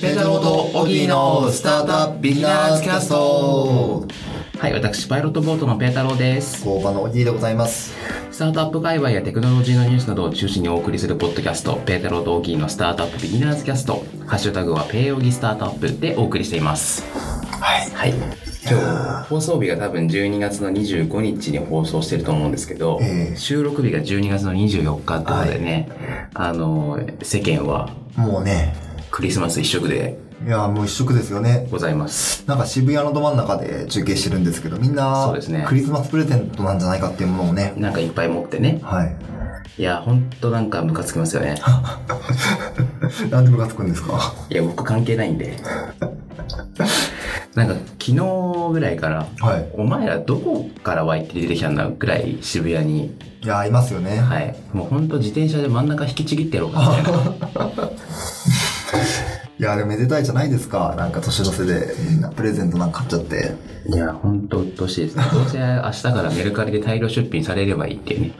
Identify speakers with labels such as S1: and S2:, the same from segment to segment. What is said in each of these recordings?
S1: ペタロとオギーのスタートアップビギナーズキャスト
S2: はい、私、パイロットボートのペータローです。
S1: 工場のオギーでございます
S2: スタートアップ界隈やテクノロジーのニュースなどを中心にお送りするポッドキャスト、ペータローとオギーのスタートアップビギナーズキャスト、ハッシュタグはペーオギスタートアップでお送りしています。
S1: はい
S2: はい。今日、放送日が多分12月の25日に放送してると思うんですけど、
S1: ええ
S2: 収録日が12月の24日ってことでね、あの、世間は
S1: もうね
S2: クリスマス一色で
S1: いやもう一色ですよね
S2: ございます。
S1: なんか渋谷のど真ん中で中継してるんですけどみんな
S2: そうですね
S1: クリスマスプレゼントなんじゃないかっていうものをね
S2: なんかいっぱい持ってね。
S1: はい
S2: いや、ほんとなんかムカつきますよね。
S1: なんでムカつくんですか
S2: いや、僕関係ないんで。 なんか、昨日ぐらいから、
S1: はい
S2: お前らどこから湧いて出てきたんだぐらい渋谷に、
S1: いやいますよね、
S2: はい。もうほんと自転車で真ん中引きちぎってやろうかみたいな。
S1: い、やでもめでたいじゃないですかなんか年の瀬でみんなプレゼントなんか買っちゃって
S2: いや、ほんと鬱陶しいですね。 どうせ明日からメルカリで大量出品されればいいっていうね。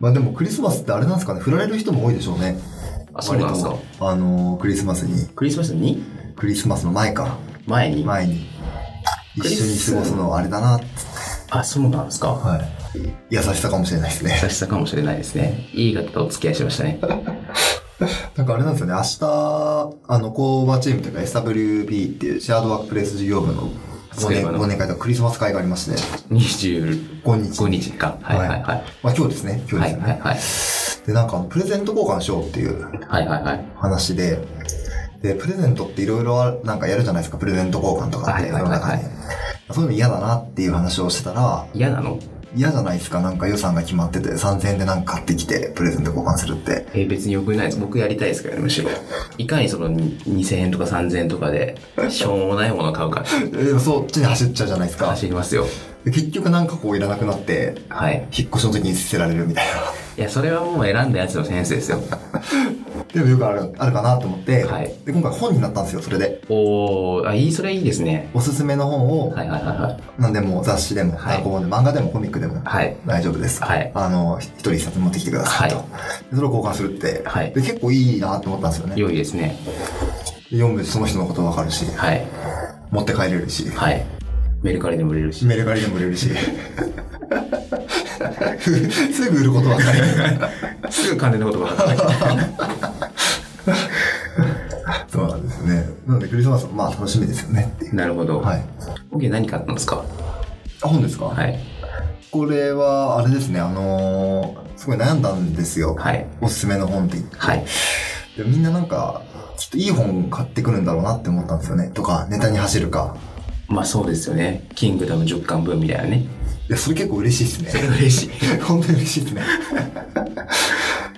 S1: まあでもクリスマスってあれなんですかね振られる人も多いでしょうね
S2: あ、そうなんですか
S1: 割。とあのークリスマスに
S2: クリスマスに
S1: クリスマスの前か
S2: 前に
S1: 前に
S2: ク
S1: 一
S2: リ
S1: 緒に
S2: ス
S1: 過ごすのはあれだなって
S2: あ、そうなんですか。
S1: はい優しさかもしれないですね
S2: 優しさかもしれないですね。いい方とお付き合いしましたね。
S1: なんかあれなんですよね明日あの工場チームというか SWB っていうシェアードワークプレイス事業部の忘
S2: そういえ
S1: 年
S2: ばな
S1: 忘年会とかクリスマス会がありまして
S2: 25
S1: 5日
S2: 日か。はいはいはい。
S1: まあ、今日ですね今
S2: は
S1: 日です
S2: い
S1: よね、
S2: はいはい。
S1: でなんかあのプレゼント交換しようっていう
S2: はいはいはい。
S1: 話で、で、プレゼントっていろいろなんかやるじゃないですか、プレゼント交換とかって、
S2: はいはいはいはい
S1: 世の中にそういうの嫌だなっていう話をしてたら、
S2: 嫌なの
S1: 嫌じゃないですか、なんか予算が決まってて、3000円でなんか買ってきて、プレゼント交換するって。
S2: えー別に良くないです。僕やりたいですからね、むしろ。いかにそのに2000円とか3000円とかで、しょうもないものを買うか。
S1: でもそっちに走っちゃうじゃないですか。
S2: 走りますよ。
S1: で結局なんかこういらなくなって、
S2: はい。
S1: 引っ越しの時に捨てられるみたい
S2: いや、それはもう選んだやつのセンスですよ。
S1: な。でもよくある、あるかなと思って、
S2: はい
S1: で、今回本になったんですよ、それで。
S2: おー、あ、いい、それいいですね。
S1: おすすめの本を、
S2: はいはいはいはい。
S1: 何でも雑誌でも、
S2: はい
S1: 単行本でも漫画でもコミックでも、
S2: はい。
S1: 大丈夫です。
S2: はい
S1: あの、一人一冊持ってきてくださいと。
S2: は
S1: でそれを交換するって、
S2: はい
S1: で、結構いいなと思ったんですよね。で
S2: 良いですね。
S1: 読むその人のことわかるし、
S2: はい。
S1: 持って帰れるし、
S2: はい。メルカリでも売れるし。
S1: メルカリでも売れるし。 すぐ売ることわかる。
S2: すぐ金のことが分かった。
S1: そうなんですよね。なのでクリスマスもまあ楽しみですよねっていう。
S2: なるほど。。
S1: はいい。
S2: OK、何買ったんですか
S1: あ本ですか、
S2: はい。
S1: これは、あれですね、あのーすごい悩んだんですよ。
S2: はい。
S1: おすすめの本って言って。
S2: はい。
S1: でみんななんか、きっといい本買ってくるんだろうなって思ったんですよね。とか、ネタに走るか。
S2: まあそうですよね。キングダム10巻分みたいなね。
S1: いや、それ結構嬉しいですね。
S2: 嬉しい。
S1: 本当に嬉しい ですね。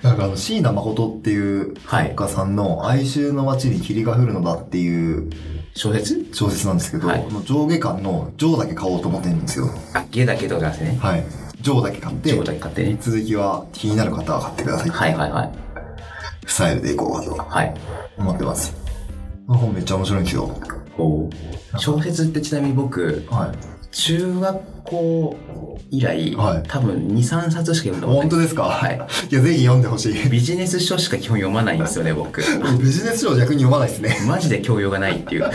S1: なんかあの、椎名誠っていう
S2: はい
S1: 作。家さんの哀愁の街に霧が降るのだっていう
S2: 小説
S1: 小説なんですけど、
S2: はい
S1: この上下巻の上だけ買おうと思ってるんですよ。
S2: あ、ゲだけとかですね。
S1: はい。上だけ買って
S2: ジョ、ーだけ買ってね。
S1: 続きは気になる方は買ってください。
S2: はいはいはい。
S1: スタイルでいこうかと
S2: はい。
S1: 思ってます。この本めっちゃ面白いんですよ。
S2: お小説ってちなみに僕、
S1: はい。
S2: 中学校以来、
S1: はい
S2: 多分2、3冊しか読んだことない。
S1: 本当ですか。
S2: はいい。
S1: いや、ぜひ読んでほしい。
S2: ビジネス書しか基本読まないんですよね、僕。
S1: ビジネス書は逆に読まないですね。
S2: マジで教養がないっていう。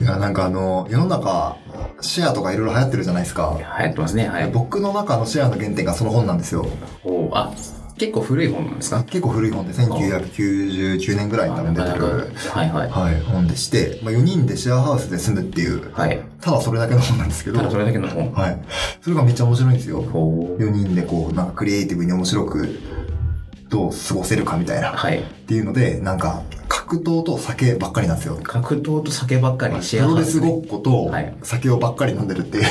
S1: いや、なんかあの、世の中、シェアとかいろいろ流行ってるじゃないですか。
S2: 流行ってますね、はい。
S1: 僕の中のシェアの原点がその本なんですよ。
S2: おあ、結構古い本なんですか
S1: 結構古い本で、1999年ぐらいに多分出て
S2: あ
S1: る、
S2: はいはい。
S1: はい、本でして、まあ、4人でシェアハウスで住むっていう、
S2: はい。
S1: ただそれだけの本なんですけど、
S2: ただそ
S1: は
S2: れだけの本。
S1: い。それがめっちゃ面白いんですよ。
S2: お
S1: 4人でこう、なんかクリエイティブに面白く、どう過ごせるかみたいな。っ
S2: はい。
S1: ていうので、なんか、格闘と酒ばっかりなんですよ。
S2: 格闘と酒ばっかりシ
S1: プ
S2: ェア
S1: ロ
S2: ハ
S1: レ
S2: ウ
S1: ス
S2: ス
S1: ご
S2: で。
S1: っこと
S2: はい、
S1: 酒をばっかり飲んでる っていう。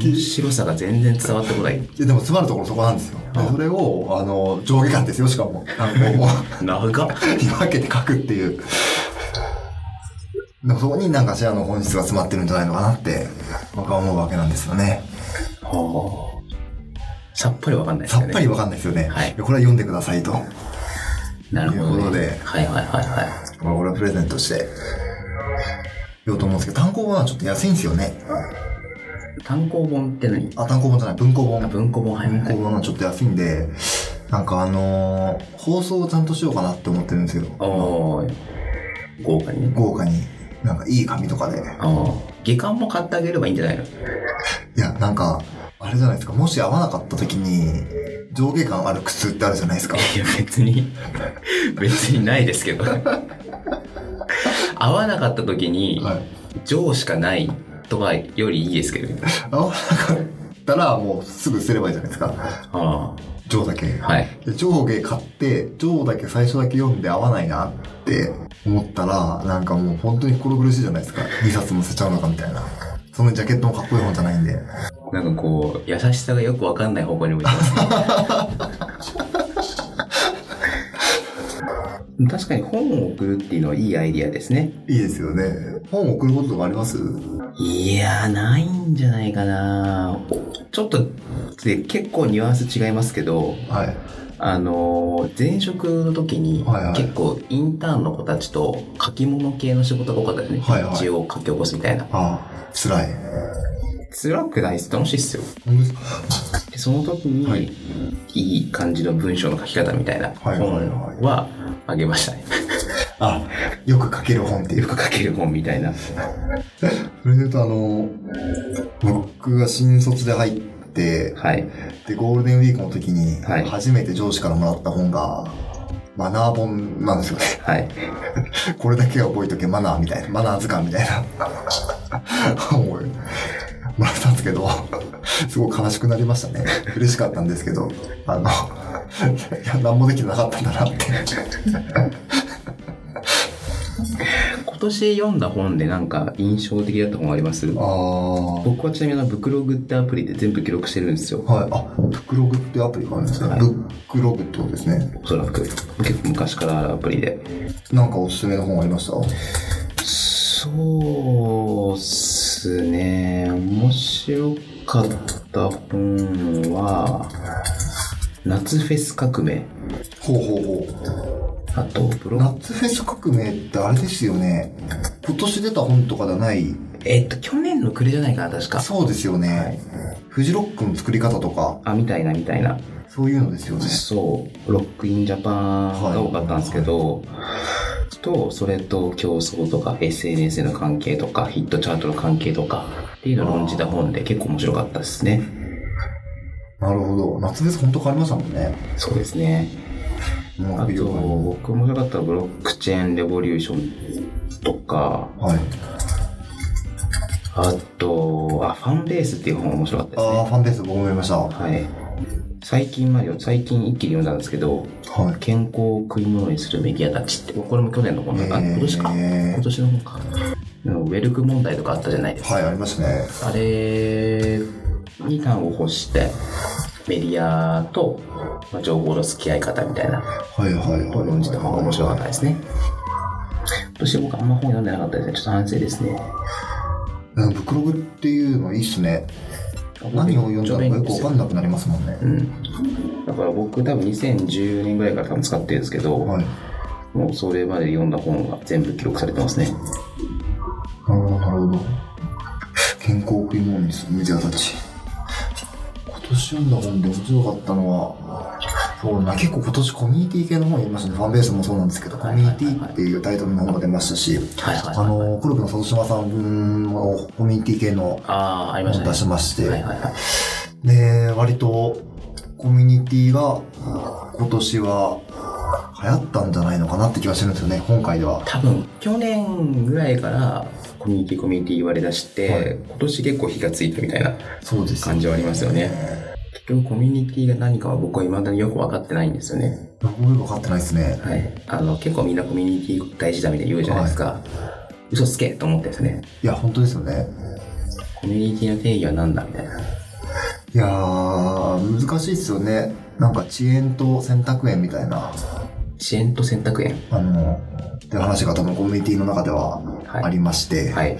S2: 面白さが全然伝わってこない。
S1: いやでも詰まるところそこなんですよ。で、それを、あの、上下巻ですよ、しかも。単行本を。
S2: 長っ。
S1: に分けて書くっていう。でもそこになんかシェアの本質が詰まってるんじゃないのかなって僕は思うわけなんですよね。
S2: はあ。さっぱりわかんないです
S1: さ
S2: よ
S1: っ
S2: ね。
S1: ぱりわかんないですよね。
S2: はい
S1: これは読んでくださいと。
S2: なるほ
S1: というこ
S2: ど、
S1: とで
S2: ね。はいはいはいは
S1: これはプレゼントして。言おうと思うんですけど、単行本はちょっと安いんですよね。
S2: い。単行本って何
S1: あ、単行本じゃない、文庫本。
S2: あ文庫本はいは
S1: 文
S2: いは
S1: 庫
S2: い。
S1: 本はちょっと安いんで、なんかあのー放送をちゃんとしようかなって思ってるんですけど、
S2: おー豪華にね
S1: 豪華に、なんかいい紙とかで。
S2: ああ下巻も買ってあげればいいんじゃないの
S1: いや、なんか、あれじゃないですか、もし合わなかった時に、上下感ある靴ってあるじゃないですか。
S2: いや別に 別にないですけ ど合わなかった時に
S1: はい。
S2: 上しかないとかよりいいですけどね
S1: 合わなかったら、もうすぐ捨てればいいじゃないですか。
S2: あ
S1: 上だけ。
S2: あはい
S1: で上下買って、上だけ最初だけ読んで合わないなって思ったら、なんかもう本当に心苦しいじゃないですか。2冊も捨てちゃうのかみたいな。そのジャケットもかっこいい本じゃないんで。
S2: なんかこう優しさがよくわかんない方向に向いてますね 確かに本を送るっていうのはいいアイディアですね
S1: いいですよね。本送ることとかあります
S2: いやーないんじゃないかなちょっとで結構ニュアンス違いますけど
S1: はい。
S2: あのー前職の時に
S1: はいはい
S2: 結構インターンの子たちと書き物系の仕事が多かったですね、
S1: はいはい
S2: 一応書き起こすみたいな
S1: ああ、辛い。
S2: 辛くないです楽しいっすよ
S1: 本当ですか
S2: でその時に、
S1: はい
S2: い、い感じの文章の書き方みたいな
S1: はいはいはい
S2: 本はあげましたね
S1: あ、よく書ける本っていう
S2: よく書ける本みたいな
S1: それで言うとあの、僕が新卒で入って、
S2: はい
S1: で、ゴールデンウィークの時に、
S2: はい
S1: 初めて上司からもらった本が、マナー本なんですよね。
S2: はい
S1: これだけは覚えとけ、マナーみたいな、マナー図鑑みたいな本をもらったんですけど、すごい悲しくなりましたね。嬉しかったんですけど、あの、いや、何もできてなかったんだなって。
S2: 今年読んだ本でなんか印象的だった本あります
S1: ああ
S2: 僕はちなみにあのブクログってアプリで全部記録してるんですよ
S1: はい。あ、ブックログってアプリがあるんですね。
S2: はい
S1: ブックログってことですね。
S2: おそらく結構昔からあるアプリで
S1: なんかおすすめの本ありました
S2: そうっすね面白かった本は夏フェス革命
S1: ほうほうほう。
S2: あとブログ
S1: 夏フェス革命ってあれですよね。今年出た本とかじゃない。
S2: えっと去年の暮れじゃないかな確か
S1: そうですよね。
S2: はい
S1: フジロックの作り方とか、
S2: あみたいなみたいな
S1: そういうのですよね。
S2: そうロックインジャパンが多かったんですけど、とそれと競争とか SNS の関係とかヒットチャートの関係とかっていうのを論じた本で結構面白かったですね
S1: なるほど。夏フェス本当変わりましたもんね。
S2: そうですね
S1: も
S2: あ
S1: う
S2: と
S1: ビデオが
S2: 僕面白かったのはブロックチェーンレボリューションとか
S1: はい。
S2: あとあファンベースっていう本面白かったです
S1: ああ、
S2: ね
S1: ファンベース僕も読みました。は
S2: はい最近までよ最近一気に読んだんですけど
S1: い。
S2: 健康を食い物にするメディアたちってこれも去年の本だか、
S1: えー
S2: 今年か今年の本かうんウェルク問題とかあったじゃないですか、
S1: はい、ありましたね。
S2: あれに端を欲してメディアとまあ情報の付き合い方みたいな
S1: はいはいはい
S2: を
S1: はい。
S2: 論じた方が面白かったですね今年僕あんま本読んでなかったですねちょっと反省ですね
S1: うんブックログっていうのいいっすね。何を読んだのかよくわかんなくなりますもんね。
S2: だから僕多分2010年ぐらいから多分使ってるんですけど、
S1: はい。
S2: もうそれまで読んだ本が全部記録されてますね
S1: なるほど、なるほど。健康を食い物にするメディアたち。今年読んだ本で面白かったのは、そうだな、結構今年コミュニティ系の本読みましたね。ファンベースもそうなんですけど、コミュニティっていうタイトルの本が出ましたし、
S2: はいはい
S1: あの、コルクの里島さんのコミュニティ系の
S2: ああありまし
S1: 本
S2: た
S1: 出
S2: ね
S1: しまして、
S2: はいはいはい
S1: で、割とコミュニティが今年は流行ったんじゃないのかなって気がしてるんですよね、本会では。
S2: 多分去年ぐらいからコミュニティコミュニティ言われだして、
S1: はい
S2: 今年結構火がついたみたいな
S1: そうですよ
S2: 感じはありますよね結局コミュニティが何かは僕は未だによく分かってないんですよね
S1: 僕もよく分かってないですね。
S2: はいあの結構みんなコミュニティ大事だみたいに言うじゃないですか、嘘つけと思ってですね
S1: いや、本当ですよね。
S2: コミュニティの定義は何だみたいない
S1: やー、難しいですよね。なんか遅延と選択園みたいな、
S2: 支援と選択園
S1: あの、って話が多分コミュニティの中では
S2: はい
S1: ありまして、
S2: はい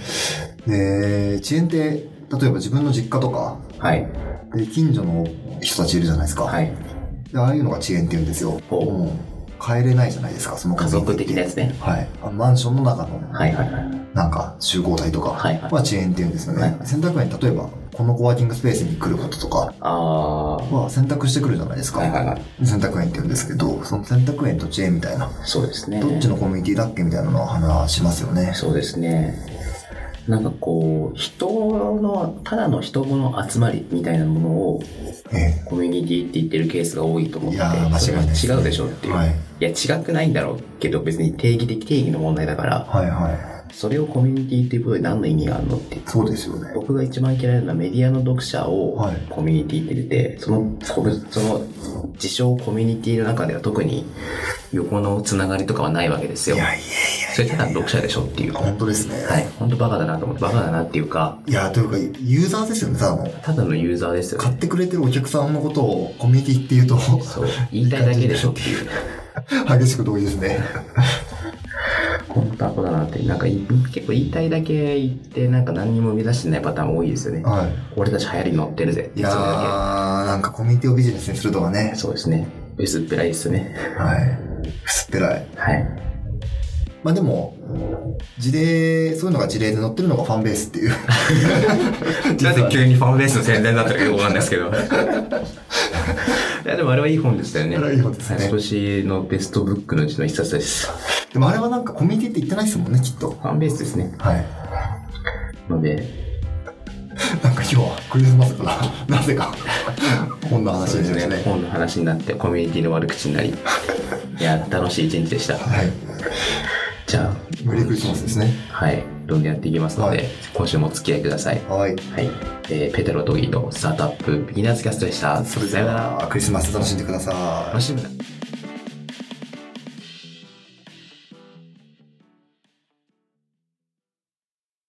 S1: で、遅延って、例えば自分の実家とか、
S2: はい
S1: で、近所の人たちいるじゃないですか。
S2: はい
S1: で、ああいうのが遅延って言うんですよ。
S2: ほう
S1: もう、帰れないじゃないですか、その
S2: 家族的なや
S1: つ。
S2: つね
S1: はい。あマンションの中の、
S2: はいはいはい
S1: なんか集合体とか
S2: はいはい
S1: は遅延って言うんですよね。
S2: はいはい
S1: 選択園、例えばこのコワーキングスペースに来ることとか
S2: ああ、
S1: は選択してくるじゃないですか。
S2: はいはいはい
S1: 選択園って言うんですけど、その選択園と知恵みたいな、
S2: そうですね。
S1: どっちのコミュニティだっけみたいなのは話しますよね。
S2: そうですね。なんかこう、人の、ただの人の集まりみたいなものを
S1: え
S2: コミュニティって言ってるケースが多いと思って
S1: いやー間違いない
S2: それ
S1: ですね
S2: は違うでしょっていう、
S1: はいい、
S2: や違くないんだろうけど別に定義的定義の問題だから
S1: はいはい。
S2: それをコミュニティっていうことで何の意味があるのって
S1: そうですよね。
S2: 僕が一番嫌いなのはメディアの読者を
S1: はい
S2: コミュニティって出てそのそのその自称コミュニティの中では特に横のつながりとかはないわけです
S1: い
S2: よ
S1: やいやい
S2: それただ読者でしょっていうは
S1: や、本当ですね。
S2: い本当バカだなと思ってバカだなっていうか
S1: いや、というか、ユーザーですよね、ただの。
S2: ただのユーザーですよ
S1: 買ってくれてるお客さんのことをコミュニティっていうと、
S2: そう言いたいだけでしょっていう
S1: 激しく同意ですね。
S2: 本当アホだなって、なんかい結構言いたいだけ言って、なんか何にも生み出してないパターン多いですよね。
S1: は
S2: 俺たち流行りに乗ってるぜ。
S1: い。いやー、
S2: それだ
S1: なんかコミュニティをビジネスにするとかね
S2: け。そうですね。薄っぺらいですね。
S1: はい。薄っぺらい。
S2: はい。
S1: まあでも、事例、そういうのが事例で載ってるのがファンベース っていう。実はね
S2: にファンベースの宣伝だったらよくわかんないですけど。いや、でもあれはいい本でしたよね。
S1: あれはいい本ですね
S2: はい今年のベストブックのうちの一冊です。フ
S1: でもあれはなんかコミュニティって言ってないですもんね、きっと。
S2: ァンベースですね。
S1: はい。
S2: ので、
S1: なんか今日はクリスマスから、な ぜか、こんな話
S2: そう
S1: に
S2: で
S1: し
S2: す
S1: ました
S2: ね。
S1: ね。
S2: 本の話になって、コミュニティの悪口に なり。いや、楽しい一日でした。
S1: はい。
S2: じゃあ、
S1: メリークリスマスですね。
S2: はい、どんどんやっていきますので、
S1: はい
S2: 今週もお付き合いください。
S1: はい。
S2: はい、えーペテロ・ドギーのスタートアップビギナーズキャストでした。
S1: それで
S2: さよなら。
S1: は、クリスマス楽しんでください。
S2: 楽しみだ。